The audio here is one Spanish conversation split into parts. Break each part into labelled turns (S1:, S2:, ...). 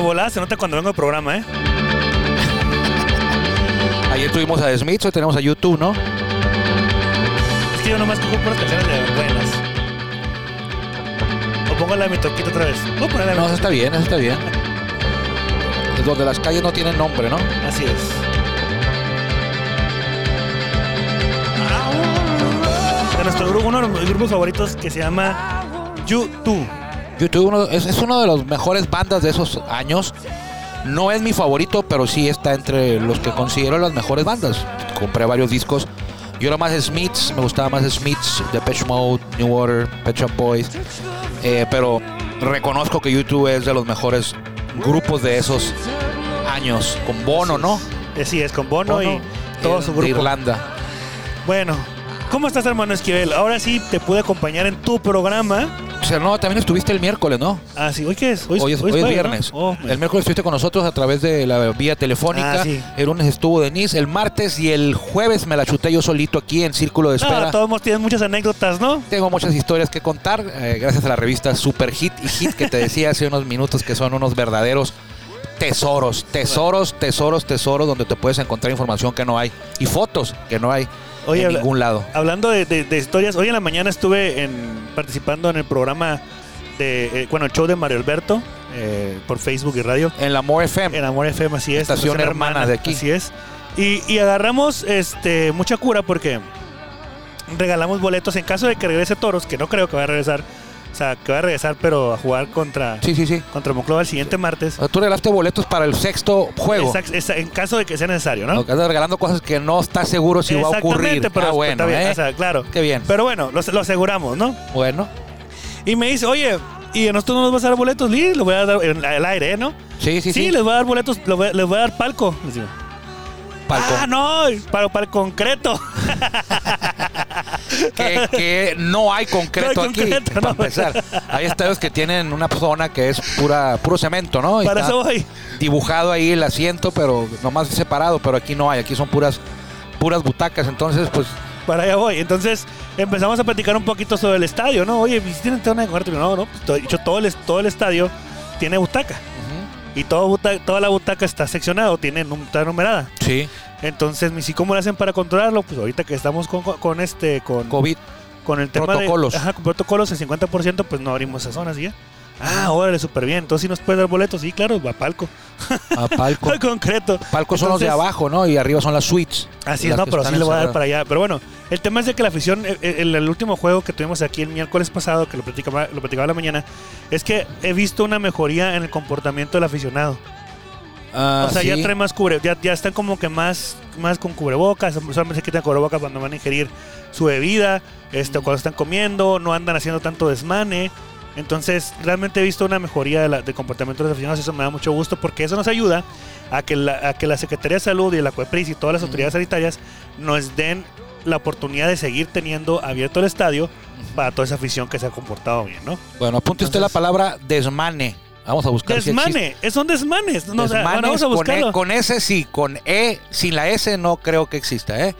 S1: volada se nota cuando vengo al programa, ¿eh?
S2: Ayer tuvimos a The Smiths, hoy tenemos a YouTube, ¿no?
S1: Es que yo nomás cojo puras canciones de buenas. O pongo la de mi toquita otra vez. Voy a poner la de mi
S2: No, eso está bien, eso está bien. Es donde las calles no tienen nombre, ¿no?
S1: Así es. De nuestro grupo, uno de mis grupos favoritos que se llama U2.
S2: YouTube uno- es, es uno de los mejores bandas de esos años. No es mi favorito, pero sí está entre los que considero las mejores bandas. Compré varios discos. Yo era más Smiths, me gustaba más Smiths, Depeche Mode, New Order, Pet Shop Boys. Eh, pero reconozco que YouTube es de los mejores grupos de esos años. Con Bono, ¿no?
S1: Así es, con Bono, y todo
S2: eh,
S1: su
S2: De
S1: grupo.
S2: Irlanda.
S1: Bueno, ¿cómo estás, hermano Esquivel? Ahora sí te pude acompañar en tu programa.
S2: O sea, no, también estuviste el miércoles, ¿no?
S1: Ah, sí, ¿hoy qué es?
S2: Hoy es, hoy es
S1: jueves, ¿no?
S2: viernes.
S1: Oh,
S2: el miércoles estuviste con nosotros a través de la vía telefónica.
S1: Ah, sí.
S2: El lunes estuvo Denise. El martes y el jueves me la chuté yo solito aquí en Círculo de Espera.
S1: no, todos tienen muchas anécdotas, ¿no?
S2: Tengo muchas historias que contar, eh, gracias a la revista Super Hit y Hit que te decía hace unos minutos que son unos verdaderos tesoros, tesoros, tesoros, tesoros, donde te puedes encontrar información que no hay y fotos que no hay
S1: Oye,
S2: en
S1: habla-
S2: ningún lado.
S1: Hablando de, de- de historias, hoy en la mañana estuve en- participando en el programa de, eh, bueno, el show de Mario Alberto eh, por Facebook y radio.
S2: En la More FM.
S1: En Amor FM, así es.
S2: Estación hermana de aquí.
S1: Así es. Y, y agarramos este, mucha cura porque regalamos boletos en caso de que regrese Toros, que no creo que va a regresar. O sea, que va a regresar, pero a jugar contra,
S2: Sí, sí, sí.
S1: contra Monclova el siguiente martes.
S2: O sea, Tú regalaste boletos para el sexto juego.
S1: Exact- exa- en caso de que sea necesario, ¿no?
S2: Lo que andas regalando cosas que no estás seguro si va
S1: ¿Ah?
S2: a ocurrir.
S1: Exactamente, pero
S2: ah, bueno,
S1: está bien,
S2: ¿eh?
S1: o sea, claro.
S2: Qué bien.
S1: Pero bueno, lo, lo aseguramos, ¿no?
S2: Bueno,
S1: Y me dice, oye, ¿y a nosotros no nos vas a dar boletos? Sí, les voy a dar en- al aire, ¿eh? ¿no?
S2: sí,
S1: Sí,
S2: sí, sí.
S1: les voy a dar boletos, les voy a- les voy a dar palco. Les digo.
S2: Palco.
S1: Ah, no, para, para el concreto.
S2: que, que no hay concreto
S1: No hay
S2: aquí,
S1: concreto,
S2: para
S1: no.
S2: empezar. Hay estadios que tienen una zona que es pura puro cemento, ¿no? Y
S1: Para
S2: está
S1: eso voy.
S2: Dibujado ahí el asiento, pero nomás separado, pero aquí no hay, aquí son puras puras butacas, entonces pues
S1: Para allá voy. Entonces empezamos a platicar un poquito sobre el estadio, ¿no? Oye, si tienen zona de concreto, no, no. pues, to- dicho, todo el, todo el estadio tiene butaca. Y todo buta- toda la butaca está seccionada o tiene, num- está numerada.
S2: sí,
S1: Entonces, mi sí, ¿cómo lo hacen para controlarlo? Pues ahorita que estamos con, con este, con,
S2: COVID.
S1: con el tema
S2: protocolos.
S1: de ajá, con protocolos, el 50%, pues no abrimos esas zonas, ¿sí? ya? Ah, órale, súper bien. Entonces, si nos puedes dar boletos, sí, claro, va palco.
S2: A ah, palco.
S1: Al concreto.
S2: Palco son los de
S1: Entonces-
S2: abajo, ¿no? Y arriba son las suites.
S1: Así es,
S2: las
S1: no,
S2: que
S1: pero
S2: están
S1: sí le voy a dar
S2: encerradas.
S1: para allá. Pero bueno, el tema es de que la afición, eh, eh, el, el último juego que tuvimos aquí el miércoles pasado, que lo platicaba, lo platicaba la mañana, es que he visto una mejoría en el comportamiento del aficionado.
S2: Ah,
S1: o sea, ya
S2: sí.
S1: trae más cubre, ya, ya están como que más, más con cubrebocas, solamente se quitan cubrebocas cuando van a ingerir su bebida, este, o cuando están comiendo, no andan haciendo tanto desmane. Entonces, realmente he visto una mejoría de la- del comportamiento de los aficionados, eso me da mucho gusto porque eso nos ayuda a que la, a que la Secretaría de Salud y la COEPRIS y todas las autoridades sanitarias nos den la oportunidad de seguir teniendo abierto el estadio para toda esa afición que se ha comportado bien, ¿no?
S2: Bueno, apunte usted la
S1: Entonces-
S2: palabra desmane. Vamos a buscar si existe.
S1: Desmane, eh, son desmanes. No, o sea,
S2: Desmanes
S1: bueno, vamos a
S2: con, E-
S1: buscarlo.
S2: con S sí, con E, sin la S no creo que exista, ¿eh?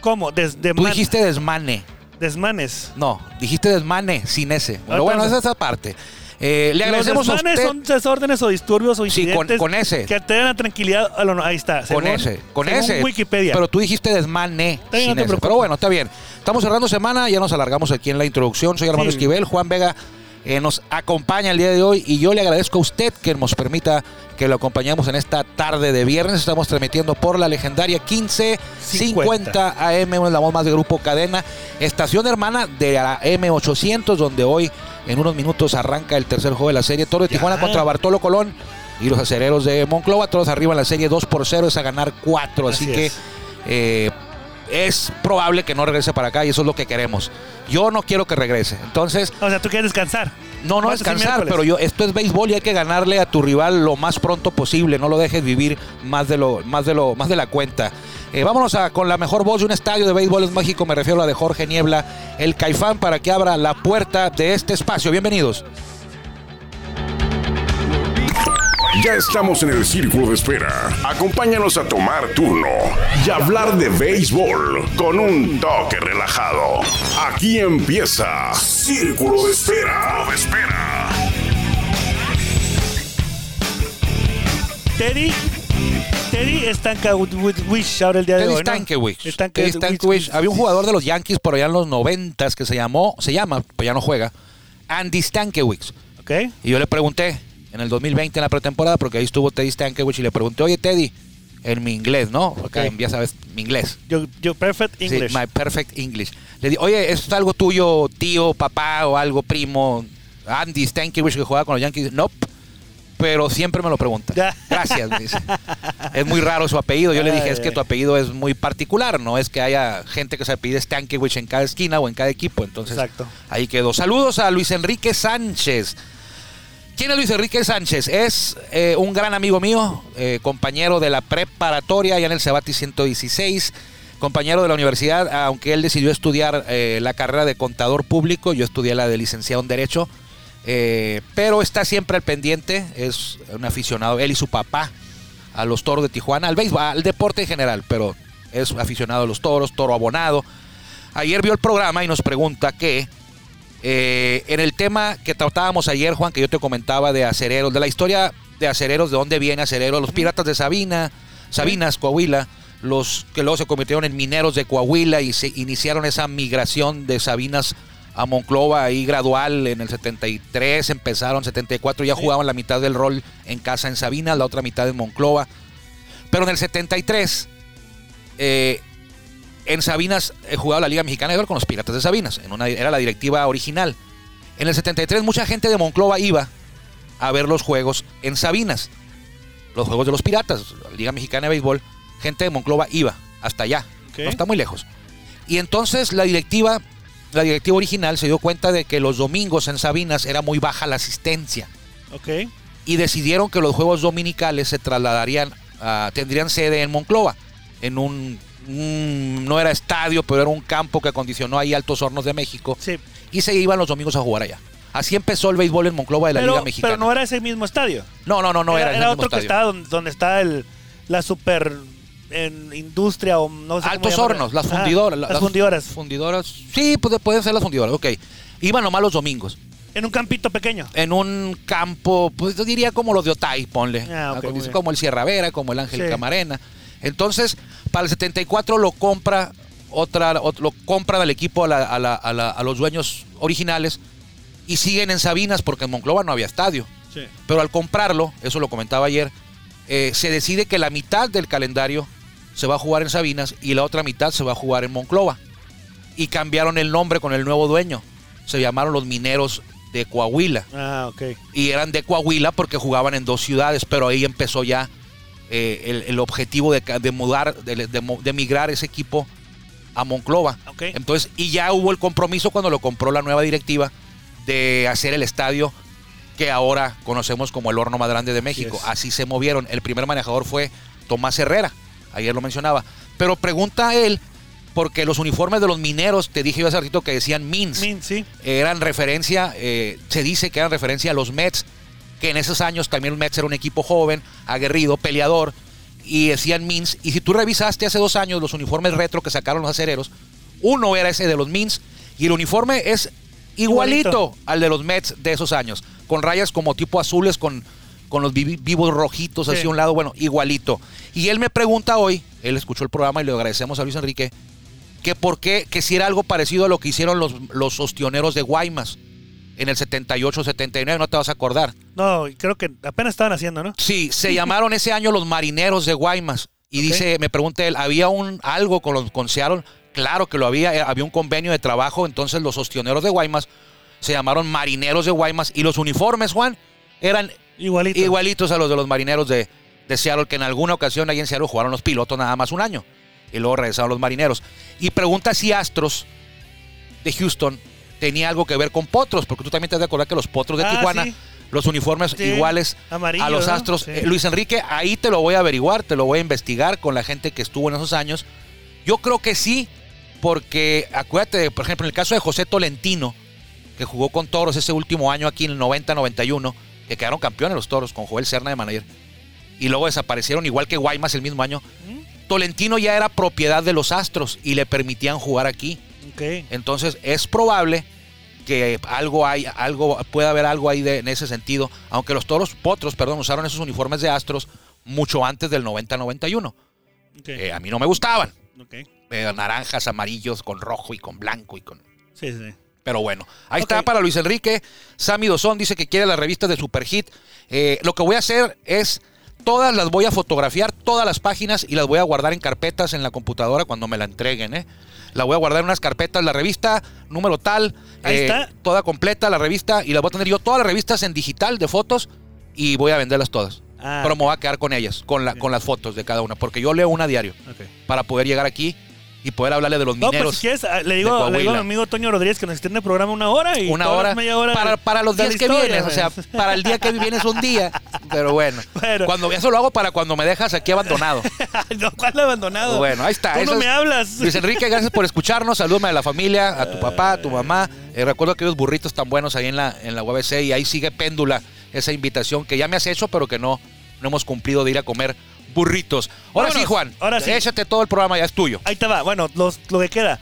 S1: ¿Cómo? Des, de
S2: Tú
S1: man-
S2: dijiste desmane.
S1: Desmanes.
S2: No, dijiste desmane sin S. Pero bueno, esa
S1: Ah, Entonces-
S2: es esa parte. Eh, le agradecemos
S1: Los desmanes
S2: a
S1: son
S2: usted.
S1: desórdenes o disturbios o
S2: sí, con,
S1: incidentes
S2: con S.
S1: que alteran la tranquilidad. a lo- ahí está.
S2: Con
S1: según-
S2: S. Con
S1: según
S2: S.
S1: Wikipedia.
S2: Pero tú dijiste desmane
S1: bien, no
S2: sin
S1: te
S2: S.
S1: preocupes.
S2: Pero bueno, está bien. Estamos cerrando semana, ya nos alargamos aquí en la introducción. Soy Armando
S1: Sí.
S2: Esquivel, Juan Vega. eh, nos acompaña el día de hoy y yo le agradezco a usted que nos permita que lo acompañemos en esta tarde de viernes. Estamos transmitiendo por la legendaria 1550 AM, una de la voz más de Grupo Cadena, estación hermana de la M800, donde hoy en unos minutos arranca el tercer juego de la serie Toro de
S1: Ya.
S2: Tijuana contra Bartolo Colón y los acereros de Monclova. Todos arriba en la serie 2 por 0 es a ganar 4. Así,
S1: Así
S2: que
S1: es.
S2: eh, es probable que no regrese para acá y eso es lo que queremos. Yo no quiero que regrese. Entonces,
S1: o sea, tú quieres descansar.
S2: no, no
S1: Martes y
S2: descansar,
S1: miércoles.
S2: pero yo, esto es béisbol y hay que ganarle a tu rival lo más pronto posible. No lo dejes vivir más de lo, más de lo, más de la cuenta. Eh, vámonos a, con la mejor voz de un estadio de béisbol es mágico, me refiero a la de Jorge Niebla, el Caifán, para que abra la puerta de este espacio. Bienvenidos.
S3: Ya estamos en el círculo de espera. Acompáñanos a tomar turno y hablar de béisbol con un toque relajado. Aquí empieza Círculo de Espera. Círculo de espera.
S1: Teddy. Teddy Stankiewicz ahora el día de
S2: Teddy
S1: hoy. ¿no?
S2: Stankiewicz. Teddy
S1: Stankiewicz.
S2: Stankiewicz. Había un jugador de los Yankees por allá en los noventas que se llamó, se llama, pues ya no juega, Andy Stankiewicz.
S1: Ok.
S2: Y yo le pregunté en el 2020 en la pretemporada, porque ahí estuvo Teddy Stankiewicz y le pregunté, oye Teddy, en mi inglés, ¿no? Porque
S1: Ok.
S2: ya sabes, mi inglés.
S1: Yo, yo perfect
S2: Sí,
S1: English.
S2: my perfect English. Le di, oye, ¿esto es algo tuyo, tío, papá o algo, primo? Andy Stankiewicz que jugaba con los Yankees. No, pero siempre me lo pregunta.
S1: Ya.
S2: Gracias, me dice. Es muy raro su apellido. Yo le dije,
S1: Ay,
S2: es que
S1: ay.
S2: tu apellido es muy particular. No es que haya gente que se pide Stankiewicz en cada esquina o en cada equipo. Entonces,
S1: Exacto.
S2: ahí quedó. Saludos a Luis Enrique Sánchez. ¿Quién es Luis Enrique Sánchez? Es eh, un gran amigo mío, eh, compañero de la preparatoria allá en el Cebati 116, compañero de la universidad, aunque él decidió estudiar eh, la carrera de contador público, yo estudié la de licenciado en Derecho, eh, pero está siempre al pendiente, es un aficionado, él y su papá, a los toros de Tijuana, al béisbol, al deporte en general, pero es aficionado a los toros, toro abonado. Ayer vio el programa y nos pregunta que eh, en el tema que tratábamos ayer, Juan, que yo te comentaba de acereros, de la historia de acereros, de dónde viene acereros, los piratas de Sabina, Sabinas, Coahuila, los que luego se convirtieron en mineros de Coahuila y se iniciaron esa migración de Sabinas a Monclova ahí gradual en el 73, empezaron 74, ya jugaban la mitad del rol en casa en Sabinas, la otra mitad en Monclova. Pero en el 73, eh, en Sabinas eh, jugaba la Liga Mexicana de Béisbol con los Piratas de Sabinas. En una, era la directiva original. En el 73 mucha gente de Monclova iba a ver los juegos en Sabinas. Los juegos de los Piratas, la Liga Mexicana de Béisbol. Gente de Monclova iba hasta allá.
S1: Ok.
S2: No está muy lejos. Y entonces la directiva, la directiva original se dio cuenta de que los domingos en Sabinas era muy baja la asistencia
S1: Ok.
S2: y decidieron que los juegos dominicales se trasladarían, a- tendrían sede en Monclova, en un, un- no era estadio, pero era un campo que acondicionó ahí Altos Hornos de México
S1: Sí.
S2: y se iban los domingos a jugar allá. Así empezó el béisbol en Monclova de la
S1: pero,
S2: Liga Mexicana.
S1: pero no era ese mismo estadio.
S2: no, no, no, no era,
S1: era,
S2: en el mismo
S1: otro que
S2: estadio.
S1: estaba donde, donde está el, la super en industria o no sé cómo
S2: Altos
S1: llamarle.
S2: Hornos, las
S1: Ajá,
S2: fundidoras. la-
S1: las fundidoras.
S2: Fundidoras. Sí, pues, pueden ser las fundidoras, ok. Iban nomás los domingos.
S1: En un campito pequeño.
S2: en un campo, pues yo diría como los de Otay, ponle.
S1: Ah, ok,
S2: Como-
S1: muy bien.
S2: como el Sierra Vera, como el Ángel
S1: Sí.
S2: Camarena. Entonces, para el 74 lo compra otra, ot- lo compra del equipo a, la- a la- a la- a los dueños originales y siguen en Sabinas porque en Monclova no había estadio.
S1: Sí.
S2: Pero al comprarlo, eso lo comentaba ayer, eh, se decide que la mitad del calendario se va a jugar en Sabinas y la otra mitad se va a jugar en Monclova. Y cambiaron el nombre con el nuevo dueño. Se llamaron los mineros de Coahuila
S1: Ah, ok.
S2: y eran de Coahuila porque jugaban en dos ciudades, pero ahí empezó ya eh, el, el objetivo de, ca- de mudar, de, de mo- de migrar ese equipo a Monclova.
S1: Ok.
S2: Entonces, y ya hubo el compromiso cuando lo compró la nueva directiva de hacer el estadio que ahora conocemos como el horno más grande de México.
S1: es.
S2: Así se movieron. El primer manejador fue Tomás Herrera, ayer lo mencionaba. Pero pregunta a él, porque los uniformes de los mineros, te dije yo hace ratito que decían Mins
S1: Min, sí.
S2: eran referencia, eh, se dice que eran referencia a los Mets, que en esos años también los Mets era un equipo joven, aguerrido, peleador, y decían Mins. Y si tú revisaste hace dos años los uniformes retro que sacaron los acereros, uno era ese de los Mins, y el uniforme es igualito,
S1: Igualito.
S2: al de los Mets de esos años, con rayas como tipo azules, con, con los vivi- vivos rojitos así
S1: Sí.
S2: a un lado, bueno, igualito. Y él me pregunta hoy, él escuchó el programa y le agradecemos a Luis Enrique, que por qué, que si era algo parecido a lo que hicieron los, los ostioneros de Guaymas en el 78, 79, no te vas a acordar.
S1: No, creo que apenas estaban haciendo, ¿no?
S2: Sí, se llamaron ese año los marineros de Guaymas. Y
S1: Ok.
S2: dice, me pregunta él, ¿había un algo con los con Seattle? Claro que lo había, eh, había un convenio de trabajo, entonces los ostioneros de Guaymas se llamaron marineros de Guaymas y los uniformes, Juan, eran
S1: Igualito.
S2: igualitos a los de los marineros de, de Seattle, que en alguna ocasión ahí en Seattle jugaron los pilotos nada más un año. Y luego regresaron los marineros. Y pregunta si Astros de Houston tenía algo que ver con Potros, porque tú también te has de acordar que los Potros de
S1: Ah,
S2: Tijuana,
S1: sí.
S2: los uniformes
S1: Sí,
S2: iguales
S1: Este, amarillo,
S2: a los
S1: ¿no?
S2: Astros.
S1: Sí.
S2: Eh, Luis Enrique, ahí te lo voy a averiguar, te lo voy a investigar con la gente que estuvo en esos años. Yo creo que sí, porque acuérdate, por ejemplo, en el caso de José Tolentino, que jugó con Toros ese último año aquí en el 90-91, que quedaron campeones los Toros con Joel Serna de manager. Y luego desaparecieron igual que Guaymas el mismo año.
S1: ¿Mm?
S2: Tolentino ya era propiedad de los Astros y le permitían jugar aquí.
S1: Ok.
S2: Entonces es probable que algo hay, algo pueda haber algo ahí de- en ese sentido. Aunque los toros potros, perdón, usaron esos uniformes de astros mucho antes del 90-91.
S1: Ok,
S2: Eh, a mí no me gustaban.
S1: ok.
S2: Eh, naranjas, amarillos, con rojo y con blanco y con...
S1: Sí, sí.
S2: Pero bueno, ahí
S1: Ok.
S2: está para Luis Enrique. Sammy Dosón dice que quiere las revistas de Superhit. Eh, lo que voy a hacer es, todas las voy a fotografiar, todas las páginas, y las voy a guardar en carpetas en la computadora cuando me la entreguen. ¿eh? La voy a guardar en unas carpetas, la revista, número tal,
S1: Ahí
S2: eh,
S1: está.
S2: toda completa la revista, y la voy a tener yo todas las revistas en digital de fotos, y voy a venderlas todas.
S1: Ah,
S2: Pero me voy a quedar con ellas, con, la,
S1: Ok.
S2: con las fotos de cada una, porque yo leo una a diario,
S1: ok.
S2: para poder llegar aquí y poder hablarle de los
S1: No,
S2: mineros.
S1: pues si quieres, ah, le
S2: de
S1: digo, le
S2: Coahuila.
S1: digo a mi amigo Toño Rodríguez que nos extiende el programa una hora y
S2: una
S1: todas
S2: hora,
S1: las media hora
S2: para, para los
S1: de la
S2: días que
S1: historia,
S2: vienes, o
S1: güey.
S2: sea, para el día que vienes un día, pero bueno,
S1: Bueno.
S2: cuando eso lo hago para cuando me dejas aquí abandonado.
S1: no, ¿cuál abandonado?
S2: Bueno, ah, ahí está.
S1: Tú
S2: eso
S1: no
S2: es-
S1: me hablas.
S2: Luis Enrique, gracias por escucharnos. Salúdame a la familia, a tu papá, a tu mamá. Eh, recuerdo aquellos burritos tan buenos ahí en la, en la UABC y ahí sigue péndula esa invitación que ya me has hecho, pero que no, no hemos cumplido de ir a comer burritos. Ahora sí,
S1: Vámonos,
S2: Juan,
S1: ahora sí.
S2: échate todo el programa, ya es tuyo.
S1: Ahí te va. Bueno, los- lo que queda.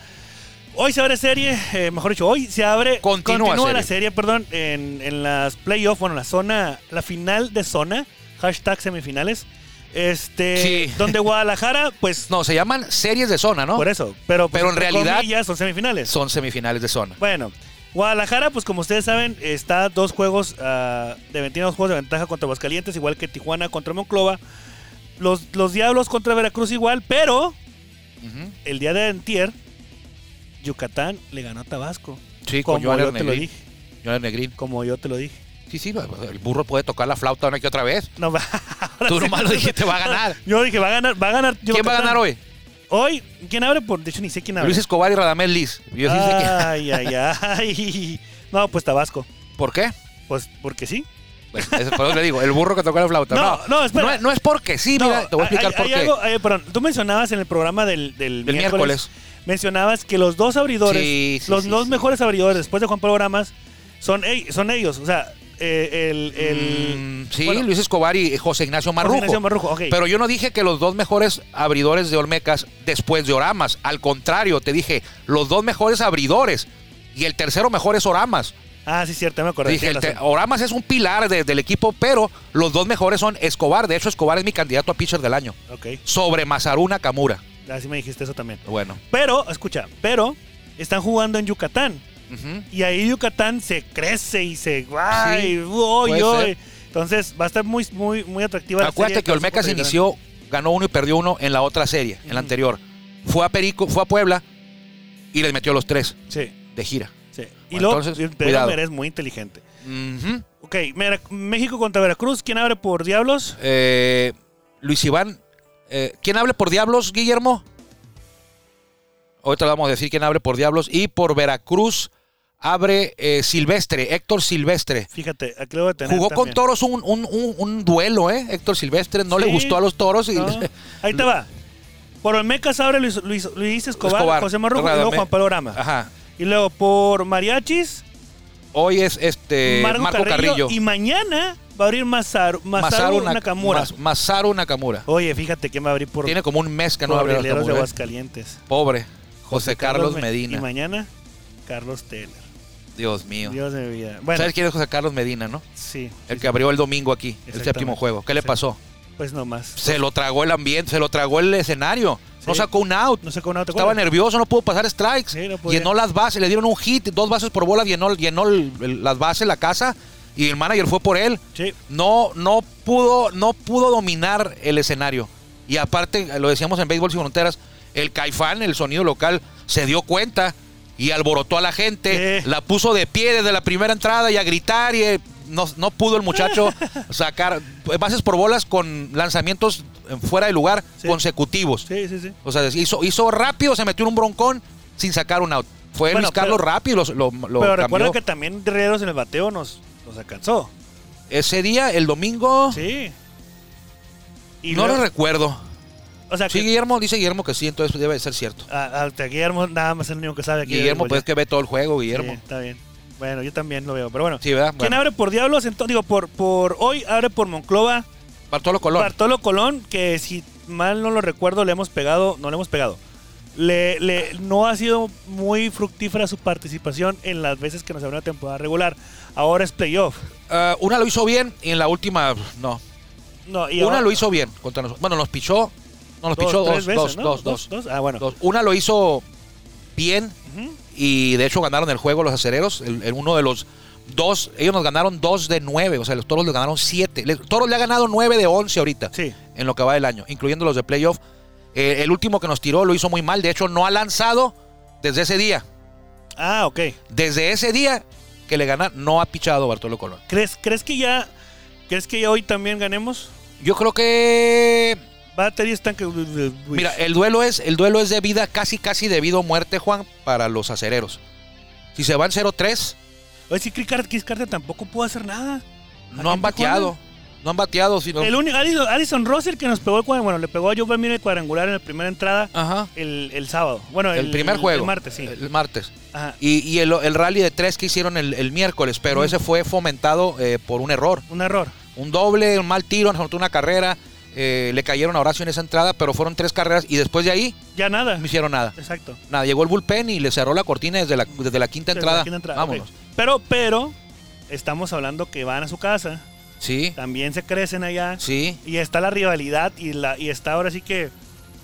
S1: Hoy se abre serie, eh, mejor dicho, hoy se abre.
S2: Continúa
S1: la serie, perdón, en, en las playoffs, bueno, la zona, la final de zona, hashtag semifinales. Este.
S2: Sí.
S1: Donde Guadalajara, pues.
S2: No, se llaman series de zona, ¿no?
S1: Por eso. Pero, pues,
S2: Pero en
S1: entre
S2: realidad-
S1: comillas, son semifinales.
S2: Son semifinales de zona.
S1: Bueno, Guadalajara, pues como ustedes saben, está a dos juegos ah, de 22 juegos de ventaja contra Aguascalientes, igual que Tijuana contra Monclova. Los, los Diablos contra Veracruz igual, pero
S2: Ujú.
S1: el día de antier, Yucatán le ganó a Tabasco.
S2: Sí, con
S1: como
S2: Joan
S1: yo te lo
S2: Negrín.
S1: dije.
S2: Joan Negrín.
S1: Como yo te lo dije.
S2: Sí, sí, el burro puede tocar la flauta una que otra vez.
S1: No, va- ahora
S2: Tú
S1: sí.
S2: nomás lo dijiste, va a ganar.
S1: Yo dije, va a ganar, va a ganar.
S2: ¿Quién va a
S1: Yucatán.
S2: ganar hoy?
S1: Hoy, ¿quién abre? Por, de hecho, ni sé quién abre.
S2: Luis Escobar y Radamés Liz. Yo sí sé que-
S1: ay, ay, ay. No, pues Tabasco.
S2: ¿Por qué?
S1: Pues porque sí.
S2: Bueno, eso, por eso le digo, el burro que tocó la flauta. No,
S1: No, no, espera.
S2: es- no es porque, sí,
S1: No,
S2: mira, te voy a
S1: hay-
S2: explicar
S1: hay-
S2: por
S1: hay
S2: qué.
S1: algo- eh, perdón, tú mencionabas en el programa del, del,
S2: Del miércoles.
S1: mencionabas que los dos abridores,
S2: Sí, sí,
S1: los
S2: sí,
S1: dos
S2: sí.
S1: mejores abridores después de Juan Programas, son, ey- son ellos. O sea, eh, el. el
S2: Mm, sí,
S1: bueno,
S2: Luis Escobar y José Ignacio Marrujo.
S1: Ignacio Marrujo, ok.
S2: Pero yo no dije que los dos mejores abridores de Olmecas después de Oramas. Al contrario, te dije, los dos mejores abridores y el tercero mejor es Oramas.
S1: Ah, sí, cierto, me acordé.
S2: Dije, el
S1: tienes
S2: te-
S1: razón.
S2: Oramas es un pilar de- del equipo, pero los dos mejores son Escobar. De hecho, Escobar es mi candidato a pitcher del año.
S1: Ok,
S2: Sobre Mazaruna Kamura.
S1: así me dijiste eso también.
S2: Bueno.
S1: Pero, escucha, pero están jugando en Yucatán.
S2: ujú.
S1: Y ahí Yucatán se crece y se.
S2: Sí,
S1: ¡Ay! uy,
S2: puede
S1: uy.
S2: ser.
S1: Entonces va a estar muy, muy, muy atractiva la serie
S2: Acuérdate que
S1: los
S2: Olmecas
S1: supervivirán.
S2: inició, ganó uno y perdió uno en la otra serie, en
S1: Ujú.
S2: la anterior. Fue a Perico, fue a Puebla y les metió los tres
S1: Sí,
S2: de gira.
S1: sí. Y
S2: Bueno,
S1: luego,
S2: entonces,
S1: Pedro
S2: cuidado.
S1: Mera es muy inteligente.
S2: Ujú.
S1: Ok, Mera- México contra Veracruz. ¿Quién abre por Diablos?
S2: Eh, Luis Iván, eh, ¿quién hable por Diablos, Guillermo? Ahorita le vamos a decir quién abre por Diablos. Y por Veracruz abre eh, Silvestre, Héctor Silvestre.
S1: Fíjate, aquí lo voy a tener.
S2: Jugó con
S1: también.
S2: toros un, un- un- un duelo, ¿eh? Héctor Silvestre no le
S1: Sí,
S2: gustó a los toros. Y
S1: No. Ahí te va. Por Olmecas abre Luis, Luis- Luis Escobar,
S2: Escobar,
S1: José Marrujo y luego
S2: Radamés.
S1: Juan Pablo Rama.
S2: Ajá.
S1: Y luego por Mariachis,
S2: Hoy es este
S1: Margo
S2: Marco, Carrillo.
S1: Carrillo. Y mañana va a abrir Masaru, Masaru,
S2: Nak-
S1: Nakamura.
S2: Mas- Masaru Nakamura.
S1: Oye, fíjate quién va a abrir por,
S2: Tiene como un mes que no
S1: por
S2: abre
S1: Rieleros de
S2: Nakamura.
S1: Aguascalientes.
S2: Pobre. José, Carlos,
S1: Me-
S2: Medina.
S1: Y mañana, Carlos Taylor.
S2: Dios mío.
S1: Dios de mi vida. Bueno,
S2: ¿Sabes quién es José Carlos Medina, no?
S1: sí.
S2: El
S1: sí,
S2: que abrió el domingo aquí, el
S1: Exactamente.
S2: séptimo juego. ¿Qué le
S1: Sí.
S2: pasó?
S1: Pues no más.
S2: Se lo tragó el ambiente, se lo tragó el escenario. No
S1: Sí.
S2: sacó un out.
S1: No sé cómo no te
S2: Estaba
S1: acuerdas.
S2: nervioso, no pudo pasar strikes.
S1: Sí, no podía.
S2: llenó las bases, le dieron un hit, dos bases por bola, llenó, llenó el- el- las bases, la casa. Y el manager fue por él.
S1: Sí.
S2: no, no pudo, no pudo dominar el escenario. Y aparte, lo decíamos en Béisbol Sin Fronteras, el caifán, el sonido local, se dio cuenta y alborotó a la gente,
S1: Sí.
S2: la puso de pie desde la primera entrada y a gritar y eh, no, no pudo el muchacho sacar bases por bolas con lanzamientos eh, fuera de lugar
S1: Sí.
S2: consecutivos.
S1: Sí, sí, sí.
S2: O sea, hizo, hizo rápido, se metió en un broncón sin sacar un out. Fue
S1: Bueno,
S2: Luis Carlos
S1: pero-
S2: rápido, lo, lo
S1: Pero
S2: cambió.
S1: recuerda que también Guerreros en el bateo nos, nos alcanzó.
S2: Ese día, el domingo,
S1: Sí. Y
S2: no lo
S1: luego-
S2: recuerdo.
S1: O sea,
S2: Sí,
S1: que,
S2: Guillermo, dice Guillermo que sí, entonces debe de ser cierto.
S1: a- a- a Guillermo nada más es el único que sabe. aquí de
S2: Guillermo,
S1: béisbol,
S2: pues
S1: ya.
S2: que ve todo el juego,
S1: Sí,
S2: Guillermo.
S1: está bien. Bueno, yo también lo veo, pero bueno.
S2: Sí, ¿verdad?
S1: ¿Quién
S2: Bueno,
S1: abre por Diablos? Entonces, digo, por, por hoy abre por Monclova,
S2: Bartolo Colón.
S1: Bartolo Colón, que si mal no lo recuerdo, le hemos pegado, no le hemos pegado. Le, le- no ha sido muy fructífera su participación en las veces que nos abrió la temporada regular. Ahora es playoff.
S2: Ah, una lo hizo bien y en la última, no.
S1: No, y
S2: Una
S1: ahora-
S2: lo hizo bien contra nosotros. Bueno, nos pichó. No, nos
S1: Dos,
S2: pichó
S1: tres
S2: dos,
S1: veces,
S2: dos,
S1: ¿no?
S2: dos,
S1: Dos,
S2: dos,
S1: dos. Ah, bueno.
S2: Dos. Una lo hizo bien
S1: Ujú.
S2: y de hecho ganaron el juego los acereros. El, el uno de los dos, ellos nos ganaron dos de nueve. O sea, los toros le ganaron siete. Le- toros le ha ganado nueve de once ahorita.
S1: Sí.
S2: En lo que va del año, incluyendo los de playoff. Eh, el último que nos tiró lo hizo muy mal. De hecho, no ha lanzado desde ese día.
S1: Ah, ok.
S2: Desde ese día que le gana, no ha pichado Bartolo Colón.
S1: ¿Crees, ¿Crees que ya crees que ya hoy también ganemos?
S2: Yo creo que
S1: Baterías están que
S2: Mira, eh. el duelo es el duelo es de vida casi casi debido a muerte, Juan, para los acereros. Si se van 0-3,
S1: Oye, si Chris Car- Chris Carter tampoco pudo hacer nada. Aquí
S2: no han
S1: en
S2: bateado.
S1: Tijuana.
S2: No han bateado, sino
S1: El único Addison, Addison Rosser que nos pegó el cuadrangular, bueno, le pegó a Joe Mira el cuadrangular en la primera entrada
S2: Ajá.
S1: el, el sábado. Bueno,
S2: El,
S1: el,
S2: primer juego.
S1: El martes, sí.
S2: El martes.
S1: Ajá.
S2: Y, y el, el rally de 3 que hicieron el, el miércoles, pero ese fue fomentado eh, por un error.
S1: Un error.
S2: Un doble, un mal tiro, nos anotó una carrera. eh, le cayeron a Horacio en esa entrada, pero fueron tres carreras y después de ahí
S1: Ya nada.
S2: no hicieron nada.
S1: Exacto.
S2: Nada, llegó el bullpen y le cerró la cortina desde la, desde la quinta entrada.
S1: Aquí en la entrada, ok.
S2: Vámonos.
S1: Pero, pero, estamos hablando que van a su casa,
S2: Sí,
S1: también se crecen allá.
S2: sí.
S1: Y está la rivalidad y la y está ahora sí que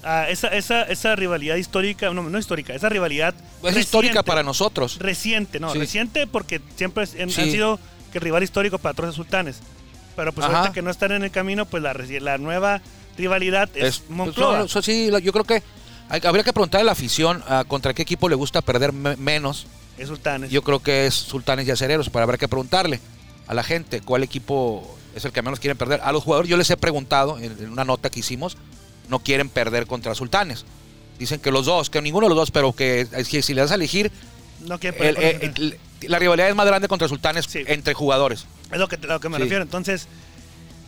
S1: ah, esa, esa, esa rivalidad histórica, no, no histórica, esa rivalidad
S2: Es histórica
S1: reciente.
S2: para nosotros.
S1: Reciente, no,
S2: Sí.
S1: reciente porque siempre es- han,
S2: Sí.
S1: han sido que rival histórico para Troces Sultanes. Pero pues
S2: Ajá.
S1: ahorita que no están en el camino, pues la, reci- la nueva rivalidad es,
S2: Es-
S1: Monclova.
S2: pues, no, eso sí, lo- yo creo que hay- habría que preguntarle a la afición ah, contra qué equipo le gusta perder me- menos.
S1: es Sultanes.
S2: Yo creo que es Sultanes y Acereros, pero habrá que preguntarle a la gente cuál equipo es el que menos quieren perder. A los jugadores yo les he preguntado en, en una nota que hicimos, no quieren perder contra Sultanes. Dicen que los dos, que ninguno de los dos, pero que eh, si, si le das a elegir,
S1: no quiero
S2: el-
S1: perder
S2: el-
S1: con-
S2: el- la rivalidad es más grande contra Sultanes
S1: Sí.
S2: entre jugadores.
S1: Es lo que, lo que me
S2: Sí.
S1: refiero. Entonces,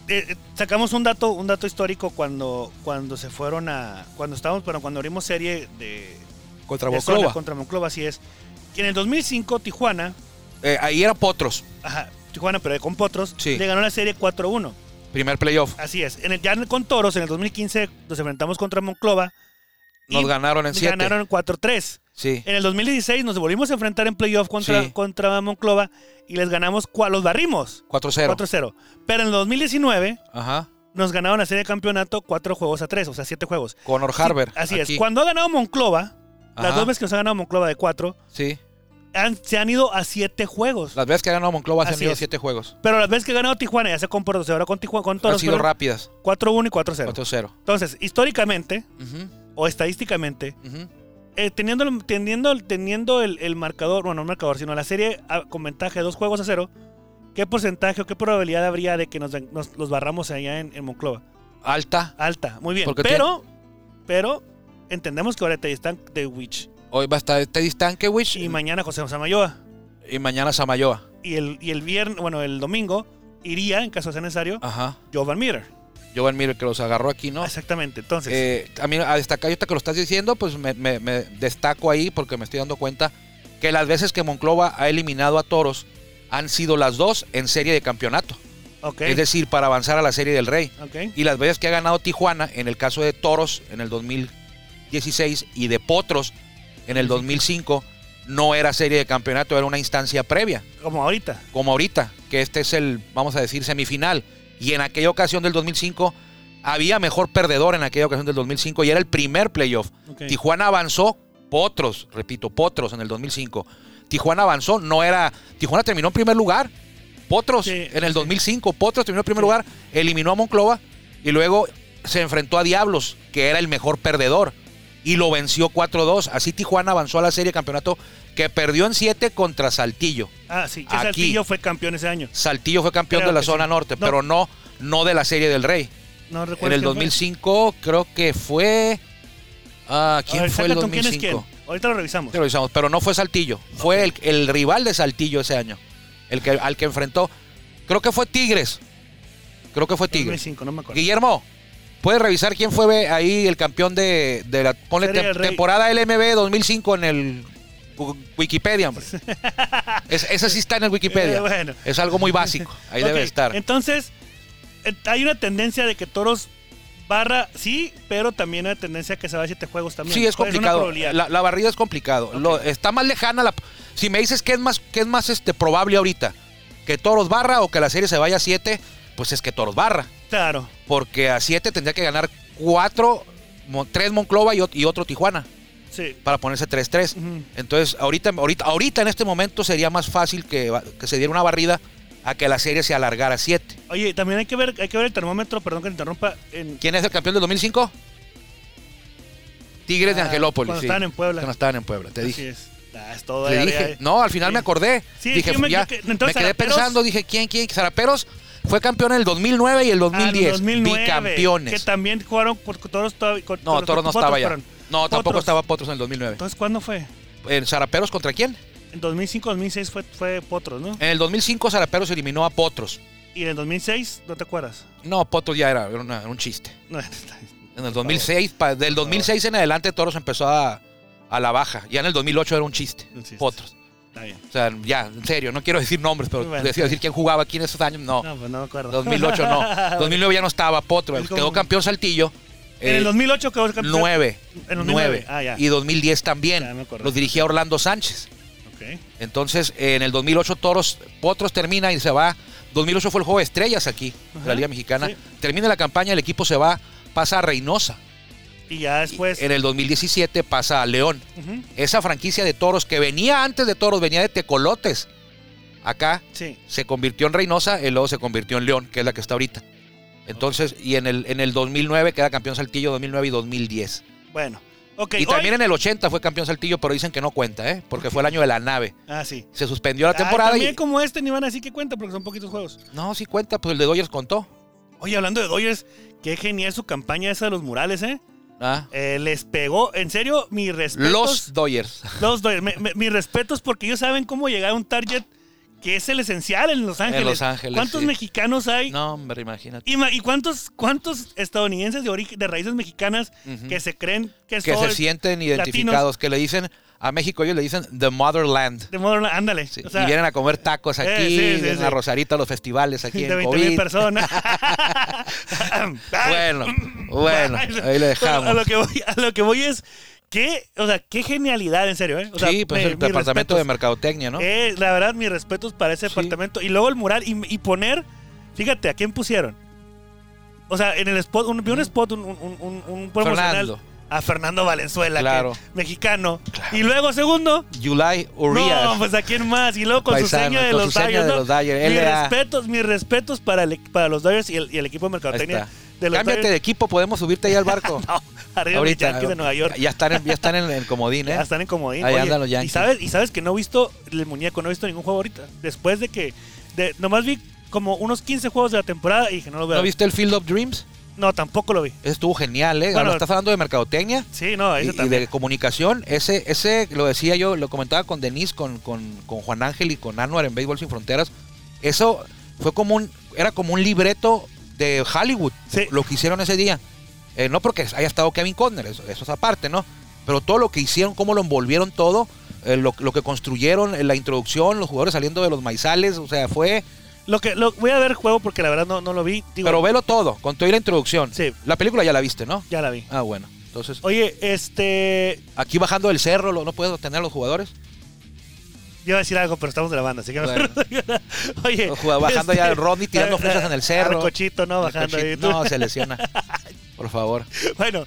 S1: eh, eh, sacamos un dato, un dato histórico cuando, cuando se fueron a. Cuando estábamos, pero cuando abrimos serie de,
S2: Contra
S1: de zona
S2: Boclova.
S1: contra Monclova, así es. Que en el 2005, Tijuana,
S2: Eh, ahí era Potros,
S1: ajá, Tijuana, pero con Potros,
S2: Sí.
S1: le ganó la serie 4-1.
S2: primer playoff.
S1: Así es. En el, ya con Toros, en el 2015, nos enfrentamos contra Monclova. y
S2: Nos ganaron en 7.
S1: Ganaron 4-3.
S2: Sí.
S1: En el 2016 nos volvimos a enfrentar en playoff contra,
S2: Sí.
S1: contra Monclova y les ganamos, cua- los barrimos
S2: 4-0.
S1: 4-0. Pero en el 2019
S2: Ajá.
S1: nos ganaron la serie de campeonato cuatro juegos a tres, o sea, siete juegos.
S2: Conor Harber.
S1: Así
S2: aquí.
S1: es. Cuando ha ganado Monclova, las
S2: Ajá.
S1: dos veces que nos ha ganado Monclova de cuatro,
S2: Sí.
S1: han- se han ido a siete juegos.
S2: Las veces que ha ganado Monclova se han
S1: Así
S2: ido
S1: es.
S2: siete juegos.
S1: Pero las veces que ha ganado Tijuana ya se comportó, o sea, ahora con Tijuana, con
S2: Han
S1: Toros,
S2: sido
S1: fueron
S2: rápidas.
S1: 4-1 y 4-0.
S2: 4-0.
S1: Entonces, históricamente
S2: Ujú,
S1: o estadísticamente,
S2: ujú.
S1: eh, teniendo, el- teniendo, teniendo el, el marcador, bueno, no el marcador, sino la serie ah, con ventaja de dos juegos a cero, ¿qué porcentaje o qué probabilidad habría de que nos, nos- los barramos allá en- en Monclova?
S2: Alta.
S1: Alta, muy bien.
S2: Porque
S1: pero, pero entendemos que ahora te están de Witch.
S2: Hoy va a estar Teddy Stankiewicz
S1: Y
S2: y,
S1: mañana José Samayoa.
S2: y mañana Samayoa.
S1: Y el, y el viernes, bueno, el domingo iría, en caso sea necesario,
S2: Ajá.
S1: Jovan Miller.
S2: Jovan Miller que los agarró aquí, ¿no?
S1: Exactamente. Entonces,
S2: Eh, a mí, a destacar, ahorita que lo estás diciendo, pues me, me- me destaco ahí porque me estoy dando cuenta que las veces que Monclova ha eliminado a Toros han sido las dos en serie de campeonato.
S1: ok.
S2: Es decir, para avanzar a la serie del Rey.
S1: ok.
S2: y las veces que ha ganado Tijuana, en el caso de Toros en el 2016 y de Potros en el 2005, no era serie de campeonato, era una instancia previa,
S1: Como ahorita.
S2: como ahorita, que este es el, vamos a decir, semifinal. Y en aquella ocasión del 2005 había mejor perdedor en aquella ocasión del 2005 y era el primer playoff.
S1: Ok.
S2: Tijuana avanzó, Potros, repito, Potros en el 2005. Tijuana avanzó, no era. Tijuana terminó en primer lugar. Potros
S1: Sí,
S2: en el 2005, Potros terminó en primer lugar, eliminó a Monclova y luego se enfrentó a Diablos, que era el mejor perdedor, y lo venció 4-2. Así Tijuana avanzó a la serie de campeonato que perdió en 7 contra Saltillo.
S1: Ah, sí. Que
S2: aquí.
S1: Saltillo fue campeón ese año.
S2: Saltillo fue campeón
S1: Creo
S2: de la
S1: que
S2: zona
S1: sí.
S2: norte,
S1: No.
S2: pero no, no de la serie del Rey.
S1: No
S2: En
S1: recuerdo.
S2: el 2005 creo que fue... ah, ¿Quién fue el 2005?
S1: ¿quién es quién? Ahorita lo revisamos.
S2: Te lo avisamos, pero no fue Saltillo. Fue el, el rival de Saltillo ese año. El que, al que enfrentó. Creo que fue Tigres. Creo que fue Tigres.
S1: 2005, no me acuerdo.
S2: Guillermo, ¿puedes revisar quién fue ahí el campeón de, de la ponle
S1: Serie
S2: tem-
S1: del Rey.
S2: temporada LMB 2005 en el wu- Wikipedia, hombre? Es- esa sí está en el Wikipedia.
S1: Eh, bueno.
S2: Es algo muy básico. Ahí
S1: Ok,
S2: debe estar.
S1: Entonces, eh, hay una tendencia de que toros barra sí, pero también hay una tendencia que se va a siete juegos también.
S2: Sí, es
S1: una
S2: complicado.
S1: probabilidad.
S2: La, la barrida es complicado. Lo- está más lejana la. Si me dices que es más, que es más este, probable ahorita, que Toros barra o que la serie se vaya a 7, pues es que Toros barra.
S1: Claro.
S2: Porque a 7 tendría que ganar 4, 3 Monclova y, ot- y otro Tijuana
S1: Sí.
S2: para ponerse 3-3.
S1: Ujú.
S2: Entonces, ahorita, ahorita, ahorita en este momento sería más fácil que, va- que se diera una barrida a que la serie se alargara a 7.
S1: Oye, también hay que ver, hay que ver el termómetro, perdón que te interrumpa, en
S2: ¿Quién es el campeón del 2005? Tigres de
S1: Ah,
S2: Angelópolis.
S1: cuando
S2: sí.
S1: estaban en Puebla.
S2: Cuando estaban en Puebla, te
S1: Así
S2: dije.
S1: es. Ah, es todo.
S2: Le
S1: ya,
S2: dije,
S1: ya, ya.
S2: no, al final
S1: Sí.
S2: me acordé.
S1: Sí,
S2: dije,
S1: yo me-
S2: ya,
S1: yo que- entonces,
S2: me quedé
S1: Zaraperos-
S2: pensando, dije, ¿quién, quién? Zaraperos fue campeón en el 2009 y el 2010.
S1: Ah, 2009, Que
S2: bicampeones.
S1: también jugaron con con toros todavía. con-
S2: No,
S1: con-
S2: Toro no
S1: con
S2: estaba
S1: Potros,
S2: ya.
S1: perdón.
S2: No, tampoco
S1: Potros.
S2: estaba Potros en el 2009.
S1: Entonces, ¿cuándo fue?
S2: ¿En Zaraperos contra quién?
S1: En 2005, 2006 fue, fue Potros, ¿no?
S2: En el 2005 Zaraperos eliminó a Potros.
S1: Y en el 2006, ¿no te acuerdas?
S2: No, Potros ya era, era una- era un chiste.
S1: No, está bien.
S2: En el 2006, pa- del 2006 en adelante Toros empezó a, a la baja. Ya en el 2008 era un chiste.
S1: Un chiste.
S2: Potros.
S1: Está bien.
S2: O sea, ya, en serio, no quiero decir nombres, pero
S1: Bueno,
S2: decir,
S1: está
S2: decir quién jugaba aquí en esos años, no.
S1: No, pues no me acuerdo.
S2: 2008 no. 2009 ya no estaba Potro.
S1: Es como-
S2: Quedó campeón Saltillo.
S1: En
S2: eh,
S1: el 2008 quedó campeón.
S2: 9.
S1: En el
S2: 9.
S1: 2009, ah, ya.
S2: Y 2010 también.
S1: Ya me acordé.
S2: los dirigía Orlando Sánchez.
S1: Ok.
S2: Entonces, eh, en el 2008 Toros, Potros termina y se va. 2008 fue el juego de estrellas aquí, de la
S1: Ajá,
S2: Liga Mexicana.
S1: sí.
S2: Termina la campaña, el equipo se va, pasa a Reynosa.
S1: Y ya después.
S2: En el 2017 pasa a León.
S1: Ujú.
S2: Esa franquicia de Toros que venía antes de Toros, venía de Tecolotes. Acá
S1: Sí.
S2: se convirtió en Reynosa y luego se convirtió en León, que es la que está ahorita. Entonces, y en el, en el 2009 queda campeón Saltillo, 2009 y 2010.
S1: Bueno. Ok.
S2: Y también
S1: hoy-
S2: en el 80 fue campeón Saltillo, pero dicen que no cuenta, ¿eh? Porque fue el año de la nave.
S1: Ah, sí.
S2: Se suspendió la
S1: Ah,
S2: temporada
S1: también
S2: y...
S1: como este ni van a decir que cuenta porque son poquitos juegos.
S2: No, sí cuenta, pues el de Dodgers contó.
S1: Oye, hablando de Dodgers, qué genial su campaña esa de los murales, ¿eh?
S2: Ah,
S1: Eh, les pegó, en serio, mis
S2: Los
S1: respetos.
S2: Dodgers.
S1: Los Dodgers. Me- me- mis respetos porque ellos saben cómo llegar a un target que es el esencial en Los Ángeles.
S2: Los Ángeles,
S1: ¿Cuántos
S2: sí.
S1: mexicanos hay?
S2: No, hombre, imagínate.
S1: Ima- ¿Y cuántos, cuántos estadounidenses de, origen, de raíces mexicanas
S2: Ujú.
S1: que se creen que,
S2: Que
S1: son
S2: se sienten
S1: latinos?
S2: identificados, que le dicen... A México ellos le dicen The Motherland.
S1: De modo, ándale.
S2: Sí,
S1: o sea,
S2: y vienen a comer tacos aquí,
S1: eh, sí, sí,
S2: vienen
S1: sí.
S2: a Rosarito a los festivales aquí
S1: de
S2: en
S1: 20 mil
S2: COVID.
S1: personas. Ay,
S2: Bueno, bueno,
S1: Ay,
S2: ahí le
S1: A lo
S2: dejamos.
S1: que voy, a lo que voy es que, o sea, qué genialidad, en serio, ¿eh? O sea,
S2: sí, pues
S1: me-
S2: el
S1: mis
S2: departamento de
S1: respetos.
S2: mercadotecnia, ¿no?
S1: Eh, la verdad, mis respetos para ese
S2: Sí.
S1: departamento. Y luego el mural y, y poner, fíjate, ¿a quién pusieron? O sea, en el spot, un, vi un spot, un, un, un- un- un promocional
S2: Fernando.
S1: a Fernando Valenzuela, que-
S2: Claro.
S1: mexicano. Y luego, segundo,
S2: July Urias.
S1: no, pues a quién más. Y luego con
S2: Paisano,
S1: su seña de
S2: con su
S1: los
S2: seña
S1: Dodgers.
S2: de
S1: ¿no?
S2: los Dodgers,
S1: Mis
S2: LA.
S1: respetos, mis respetos para, el- e, para los Dodgers y el, y el equipo de
S2: Ahí
S1: mercadotecnia
S2: está.
S1: de los
S2: Cámbiate de
S1: Dodgers.
S2: equipo, podemos subirte ahí al barco.
S1: No, arriba de los
S2: Ahorita.
S1: Yankees de Nueva York.
S2: Ya están en, ya están en el comodín, ¿eh?
S1: Ya Ah, están en comodín.
S2: Ahí
S1: Oye,
S2: andan los
S1: Y
S2: Yankees.
S1: sabes, y sabes que no he visto el muñeco, no he visto ningún juego ahorita. Después de que. de- nomás vi como unos 15 juegos de la temporada y dije, no lo veo.
S2: ¿No viste el Field of Dreams?
S1: No, tampoco lo vi.
S2: Ese estuvo genial, ¿eh?
S1: Bueno,
S2: Ahora estás hablando de mercadotecnia
S1: Sí, no,
S2: y,
S1: ese
S2: y
S1: también.
S2: de comunicación. Ese, ese lo decía yo, lo comentaba con Denise, con, con, con Juan Ángel y con Anuar en Béisbol Sin Fronteras. Eso fue como un, era como un libreto de Hollywood,
S1: Sí.
S2: lo que hicieron ese día. Eh, no porque haya estado Kevin Conner, eso, eso es aparte, ¿no? Pero todo lo que hicieron, cómo lo envolvieron todo, eh, lo, lo que construyeron, eh, la introducción, los jugadores saliendo de los maizales, o sea, fue...
S1: Lo que, lo, voy a ver el juego porque la verdad no, no lo vi. Digo,
S2: Pero velo todo, con toda la introducción.
S1: Sí.
S2: La película ya la viste, ¿no?
S1: Ya la vi.
S2: Ah, bueno. Entonces,
S1: Oye, este.
S2: aquí bajando del cerro, lo- ¿no puedes tener a los jugadores?
S1: Yo iba a decir algo, pero estamos de la banda, así que
S2: Bueno.
S1: mejor- Oye. este,
S2: Los jugadores bajando allá del Rodney, tirando flechas en el cerro.
S1: Al cochito, ¿no? Bajando ahí.
S2: No, se lesiona. Por favor.
S1: Bueno,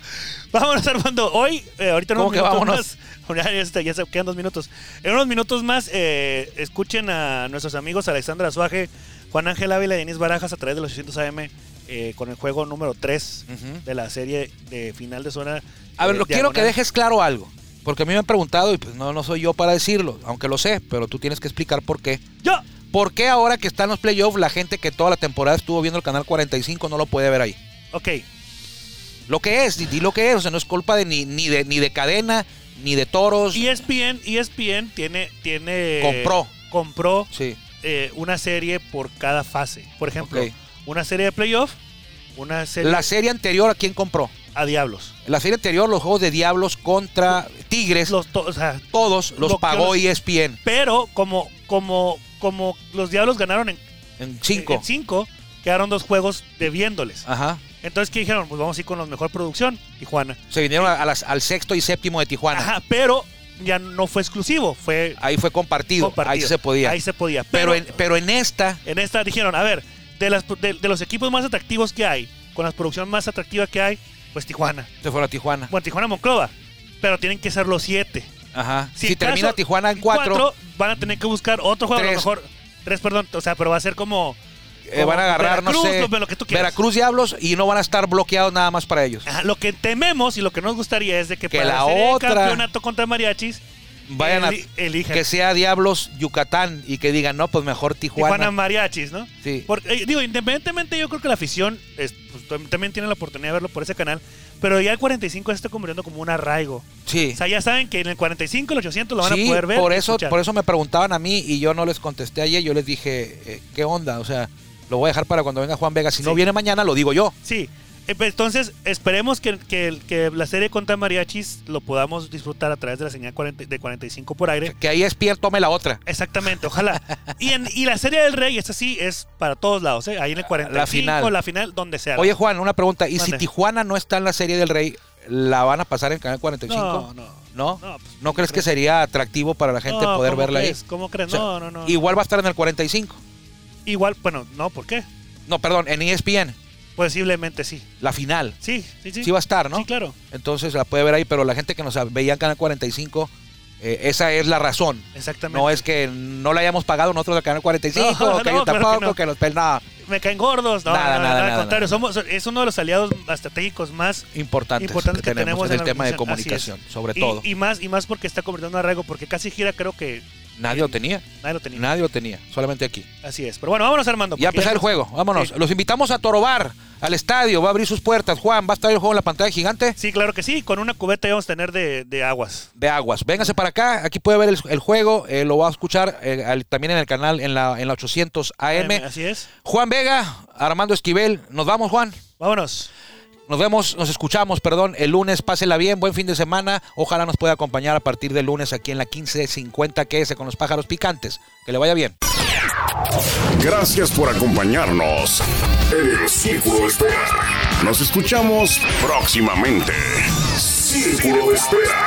S1: vámonos Armando. Hoy, eh, ahorita en
S2: ¿Cómo
S1: unos
S2: que
S1: minutos
S2: vámonos?
S1: más, ya, está, ya se quedan dos minutos. En unos minutos más, eh, escuchen a nuestros amigos Alexandra Suaje, Juan Ángel Ávila y Denis Barajas a través de los 800 AM eh, con el juego número 3
S2: Ujú.
S1: de la serie de final de zona.
S2: A ver,
S1: eh,
S2: lo quiero que
S1: diagonal.
S2: dejes claro algo. Porque a mí me han preguntado, y pues no, no soy yo para decirlo, aunque lo sé, pero tú tienes que explicar por qué.
S1: ¡Yo!
S2: ¿Por qué ahora que están los playoffs, la gente que toda la temporada estuvo viendo el canal 45 no lo puede ver ahí?
S1: Ok, E
S2: Lo que es, di, di lo que es, o sea, no es culpa de ni, ni de ni de cadena, ni de toros.
S1: ESPN, ESPN tiene. tiene
S2: Compró.
S1: Compró
S2: Sí.
S1: eh, una serie por cada fase. Por ejemplo,
S2: Ok.
S1: una serie de playoff, una serie
S2: La serie anterior, ¿a quién compró?
S1: a Diablos.
S2: La serie anterior, los juegos de Diablos contra Tigres,
S1: Los to- o sea,
S2: todos los
S1: lo que
S2: pagó E
S1: los-
S2: ESPN
S1: Pero como, como, como los Diablos ganaron en
S2: en cinco.
S1: Eh,
S2: Ah.
S1: en cinco, quedaron dos juegos debiéndoles.
S2: Ajá.
S1: Entonces, ¿qué dijeron? Pues vamos a ir con los mejor producción, Tijuana.
S2: Se vinieron a- a las- al sexto y séptimo de Tijuana.
S1: Ajá, pero ya no fue exclusivo, fue
S2: Ah, Ahí fue compartido,
S1: compartido.
S2: ahí se podía.
S1: Ahí se podía.
S2: pero,
S1: Pero,
S2: en, pero en esta,
S1: en, esta dijeron, a ver, de, las, de, de los equipos más atractivos que hay, con las producciones más atractivas que hay, pues Tijuana.
S2: Se fueron a Tijuana.
S1: Bueno, Tijuana Monclova, pero tienen que ser los siete.
S2: Ajá. Si,
S1: acaso
S2: termina Tijuana en cuatro,
S1: van a tener que buscar otro juego, a
S2: Tres.
S1: lo mejor tres, perdón, o sea, pero va a ser como
S2: eh, van a agarrar,
S1: Veracruz,
S2: no sé,
S1: lo- lo que tú quieras. Eh,
S2: Veracruz Diablos y no van a estar bloqueados nada más para ellos.
S1: Ajá, lo que tememos y lo que nos gustaría es de que,
S2: Que
S1: para
S2: la
S1: hacer el
S2: otra-
S1: campeonato contra mariachis
S2: Vayan a,
S1: eli- elijan
S2: que sea Diablos Yucatán y que digan, no, pues mejor
S1: Tijuana.
S2: Tijuana.
S1: mariachis, ¿no?
S2: Sí.
S1: Porque, eh, digo, independientemente, yo creo que la afición es- pues, tam- también tiene la oportunidad de verlo por ese canal, pero ya el 45 se está convirtiendo como un arraigo.
S2: sí.
S1: O sea, ya saben que en el 45, el 800 lo van
S2: Sí,
S1: a poder ver.
S2: por
S1: y
S2: eso,
S1: escuchar.
S2: por eso me preguntaban a mí y yo no les contesté ayer. Yo les dije, eh, ¿qué onda? O sea, lo voy a dejar para cuando venga Juan Vega. Si no
S1: Sí.
S2: viene mañana, lo digo yo.
S1: Sí. Eh, pues, Entonces, esperemos que, que el- que la serie contra mariachis lo podamos disfrutar a través de la señal 40 de 45 por aire.
S2: Que ahí Espier tome la otra.
S1: Exactamente, ojalá. Y, en- y la serie del Rey, esta sí es para todos lados, ¿eh? Ahí en el 45, la final,
S2: final.
S1: donde sea.
S2: Oye, Juan, una pregunta. ¿Y si
S1: Mande.
S2: Tijuana no está en la serie del Rey, la van a pasar en Canal 45?
S1: no, no.
S2: ¿No?
S1: No, pues,
S2: ¿No crees que sería atractivo para la gente
S1: No,
S2: poder
S1: ¿cómo
S2: verla ahí?
S1: crees? ¿Cómo crees?
S2: O sea,
S1: no, no, no.
S2: Igual va a estar en el 45.
S1: Igual, bueno, no, ¿por qué?
S2: No, perdón, en E ESPN,
S1: Posiblemente sí.
S2: la final.
S1: Sí, sí, sí.
S2: Sí va a estar, ¿no?
S1: Sí, claro.
S2: Entonces la puede ver ahí, pero la gente que nos veía en Canal 45, eh, esa es la razón.
S1: Exactamente.
S2: No es que no la hayamos pagado nosotros al Canal 45,
S1: No, no,
S2: que ellos
S1: claro que
S2: tampoco,
S1: no.
S2: que los pel- nada,
S1: Me caen gordos. No,
S2: Nada,
S1: no, no,
S2: nada,
S1: al
S2: nada,
S1: contrario,
S2: nada.
S1: somos, es uno de los aliados estratégicos más
S2: importantes,
S1: importantes
S2: que, tenemos, en el
S1: la
S2: tema de
S1: organización. Así es.
S2: comunicación, sobre
S1: Y-
S2: todo.
S1: Y, más, y más porque está convirtiendo en arraigo, porque casi gira creo que
S2: nadie lo tenía,
S1: nadie lo tenía.
S2: nadie lo tenía, solamente aquí.
S1: Así es. Pero bueno, vámonos Armando.
S2: Ya
S1: porque
S2: empezar el juego, vámonos.
S1: Sí.
S2: Los invitamos a Torobar, al estadio, va a abrir sus puertas. Juan, ¿va a estar el juego en la pantalla gigante?
S1: Sí, claro que sí. Con una cubeta íbamos a tener de, de aguas.
S2: de aguas. Véngase para acá, aquí puede ver el, el juego, eh, lo va a escuchar eh, al- también en el canal, en la, en la 800 AM.
S1: Así es.
S2: Juan Vega, Armando Esquivel, nos vamos Juan.
S1: Vámonos.
S2: Nos vemos, nos escuchamos, perdón, el lunes, pásela bien, buen fin de semana. Ojalá nos pueda acompañar a partir del lunes aquí en la 1550 QS con los pájaros picantes. Que le vaya bien.
S3: Gracias por acompañarnos en el Círculo de Espera. Nos escuchamos próximamente. Círculo de Espera.